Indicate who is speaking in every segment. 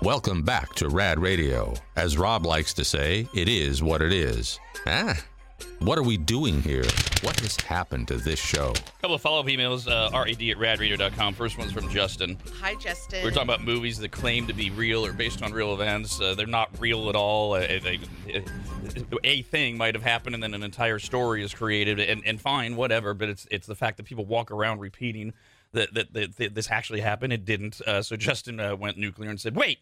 Speaker 1: Welcome back to Rad Radio. As Rob likes to say, it is what it is. Ah, what are we doing here? What has happened to this show?
Speaker 2: couple of follow up emails, uh, rad at radreader.com. First one's from Justin.
Speaker 3: Hi, Justin.
Speaker 2: We were talking about movies that claim to be real or based on real events. Uh, they're not real at all. Uh, they, a thing might have happened, and then an entire story is created, and, and fine, whatever. But it's it's the fact that people walk around repeating that that, that, that this actually happened. It didn't. Uh, so Justin uh, went nuclear and said, "Wait,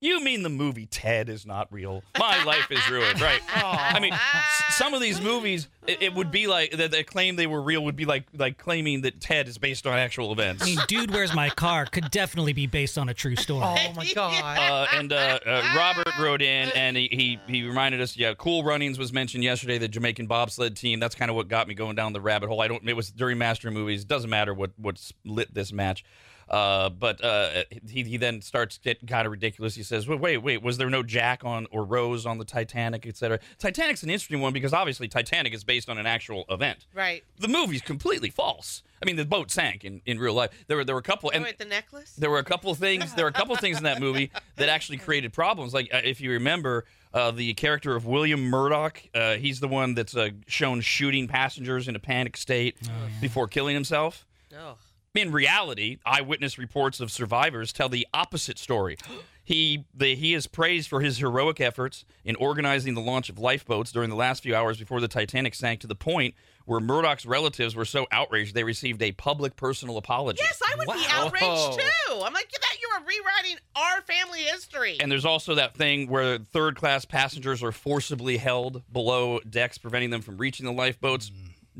Speaker 2: you mean the movie Ted is not real? My life is ruined, right? I mean, s- some of these movies, it, it would be like that. The claim they were real would be like like claiming that Ted is based on actual events.
Speaker 4: I mean, Dude, Where's My Car could definitely be based on a true story.
Speaker 5: Oh my god.
Speaker 2: uh, and uh, uh, Robert wrote in, and he, he he reminded us. Yeah, Cool Runnings was mentioned yesterday. The Jamaican bobsled team. That's kind of what got me going down the rabbit hole. I don't. It was during Master movies. Doesn't matter what what's lit this match. Uh, but uh, he he then starts getting kind of ridiculous. He says, "Wait, wait, wait. Was there no Jack on or Rose on the Titanic, etc.?" Titanic's an interesting one because obviously Titanic is based on an actual event.
Speaker 3: Right.
Speaker 2: The movie's completely false. I mean, the boat sank in, in real life. There were there were a couple
Speaker 3: And,
Speaker 2: and
Speaker 3: the necklace?
Speaker 2: there were a couple of things. There were a couple of things in that movie that actually created problems. Like uh, if you remember, uh, the character of William Murdoch, uh, he's the one that's uh, shown shooting passengers in a panic state before killing himself.
Speaker 3: No.
Speaker 2: In reality, eyewitness reports of survivors tell the opposite story. He the, he is praised for his heroic efforts in organizing the launch of lifeboats during the last few hours before the Titanic sank to the point where Murdoch's relatives were so outraged they received a public personal apology.
Speaker 3: Yes, I would be outraged too. I'm like, that you are rewriting our family history.
Speaker 2: And there's also that thing where third class passengers are forcibly held below decks, preventing them from reaching the lifeboats.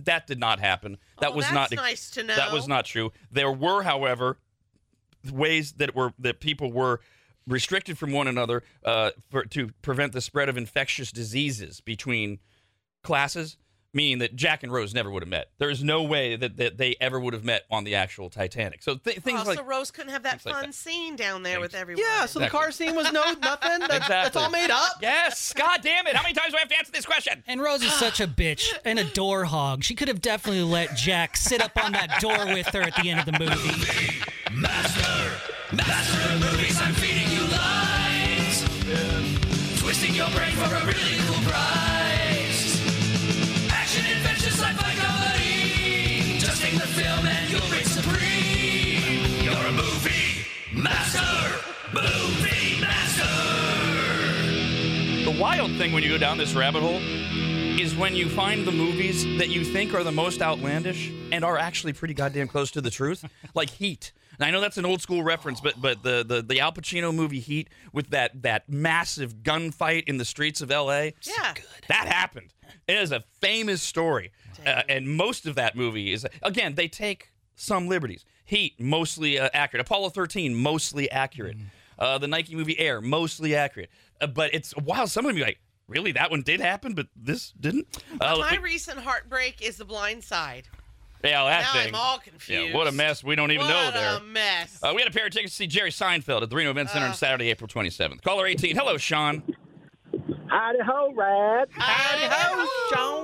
Speaker 2: That did not happen. That
Speaker 3: Oh,
Speaker 2: was
Speaker 3: that's
Speaker 2: not
Speaker 3: nice to know.
Speaker 2: that was not true. There were, however, ways that were that people were restricted from one another uh, for, to prevent the spread of infectious diseases between classes. Meaning that Jack and Rose never would have met. There is no way that, that they ever would have met on the actual Titanic. So th- things
Speaker 3: Also,
Speaker 2: like
Speaker 3: Rose couldn't have that
Speaker 2: things like
Speaker 3: fun
Speaker 2: that.
Speaker 3: scene down there with everyone.
Speaker 5: Yeah, so the car scene was no nothing. That, That's
Speaker 2: Exactly.
Speaker 5: all made up.
Speaker 2: yes, God damn it! How many times do I have to answer this question?
Speaker 4: And Rose is such a bitch and a door hog. She could have definitely let Jack sit up on that door with her at the end of the movie.
Speaker 6: Master, master of movies, I'm feeding you lies. Twisting your brain for a really cool prize. Action, adventure, sci-fi, comedy. Justing the film and you'll reign supreme. You're a movie master, movie master.
Speaker 2: The wild thing when you go down this rabbit hole is when you find the movies that you think are the most outlandish and are actually pretty goddamn close to the truth, like Heat. And I know that's an old school reference, but but the, the the Al Pacino movie Heat with that that massive gunfight in the streets of L.A.
Speaker 3: Yeah.
Speaker 2: That happened. It is a famous story. Uh, and most of that movie is, again, they take some liberties. Heat, mostly uh, accurate. Apollo 13, mostly
Speaker 3: Mm.
Speaker 2: accurate. Uh, the Nike movie Air, mostly accurate. Uh, but it's, wow, some of them are like, really, that one did happen, but this didn't? Uh,
Speaker 3: My recent heartbreak is the blind side.
Speaker 2: yeah, that
Speaker 3: now
Speaker 2: thing.
Speaker 3: I'm all confused.
Speaker 2: Yeah, what a mess. We don't even
Speaker 3: what
Speaker 2: know there.
Speaker 3: a mess. Uh.
Speaker 2: Uh, we had a pair of tickets to see Jerry Seinfeld at the Reno Event Center on Saturday, April 27th. Caller 18. Hello, Sean.
Speaker 7: Howdy ho, Rad.
Speaker 5: Howdy ho,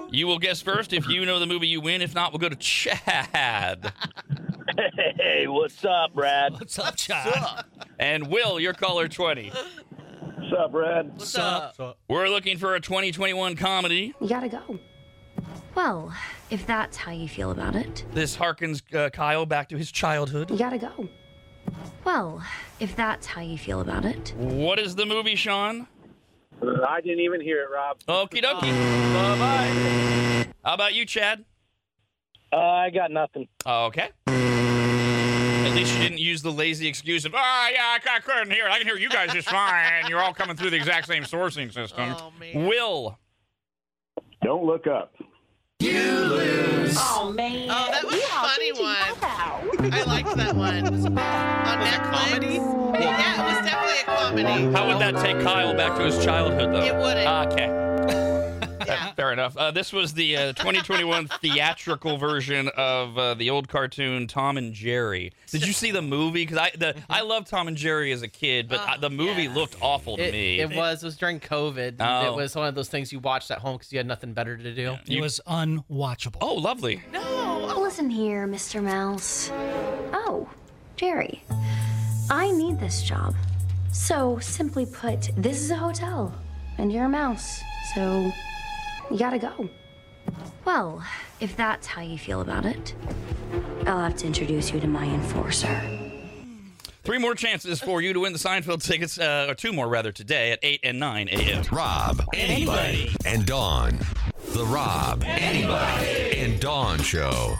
Speaker 5: John.
Speaker 2: You will guess first. If you know the movie, you win. If not, we'll go to Chad.
Speaker 7: Hey, what's up, Rad?
Speaker 4: What's up, child?
Speaker 2: And Will, your caller 20.
Speaker 7: What's up, Rad?
Speaker 3: What's up?
Speaker 2: We're looking for a 2021 comedy.
Speaker 8: You gotta go. Well, if that's how you feel about it,
Speaker 2: This harkens uh, Kyle back to his childhood.
Speaker 8: you gotta go. Well, if that's how you feel about it.
Speaker 2: What is the movie, Sean?
Speaker 7: I didn't even hear it, Rob.
Speaker 2: Okie dokie. Bye bye. How about you, Chad?
Speaker 7: Uh, I got nothing.
Speaker 2: Okay. At least you didn't use the lazy excuse of, oh, yeah, I, I couldn't hear it. I can hear you guys just fine. You're all coming through the exact same sourcing system.
Speaker 3: Oh, man.
Speaker 2: Will.
Speaker 7: Don't look up.
Speaker 3: Oh, that was a funny one. I liked that one. On Netflix.
Speaker 5: comedy?
Speaker 3: Yeah, it was definitely a comedy.
Speaker 2: How would that take Kyle back to his childhood, though?
Speaker 3: It wouldn't.
Speaker 2: Okay.
Speaker 3: Yeah.
Speaker 2: Fair enough. Uh, this was the uh, 2021 theatrical version of uh, the old cartoon Tom and Jerry. Did you see the movie? Because I the, I
Speaker 5: Mm-hmm.
Speaker 2: loved Tom and Jerry as a kid, but uh, the movie looked awful to
Speaker 5: Oh, It,
Speaker 2: me.
Speaker 5: it was it was during COVID.
Speaker 2: Oh.
Speaker 5: It was one of those things you watched at home because you had nothing better to do.
Speaker 4: It was unwatchable.
Speaker 2: oh, lovely.
Speaker 3: No.
Speaker 8: Listen here, Mr. Mouse. Oh, Jerry. I need this job. So, simply put, this is a hotel, and you're a mouse, so you gotta go. Well, if that's how you feel about it, I'll have to introduce you to my enforcer.
Speaker 2: Three more chances for you to win the Seinfeld tickets, uh, or two more rather, today at 8 and 9 a.m.
Speaker 1: Rob, anybody, and Dawn. The Rob, anybody, and Dawn Show.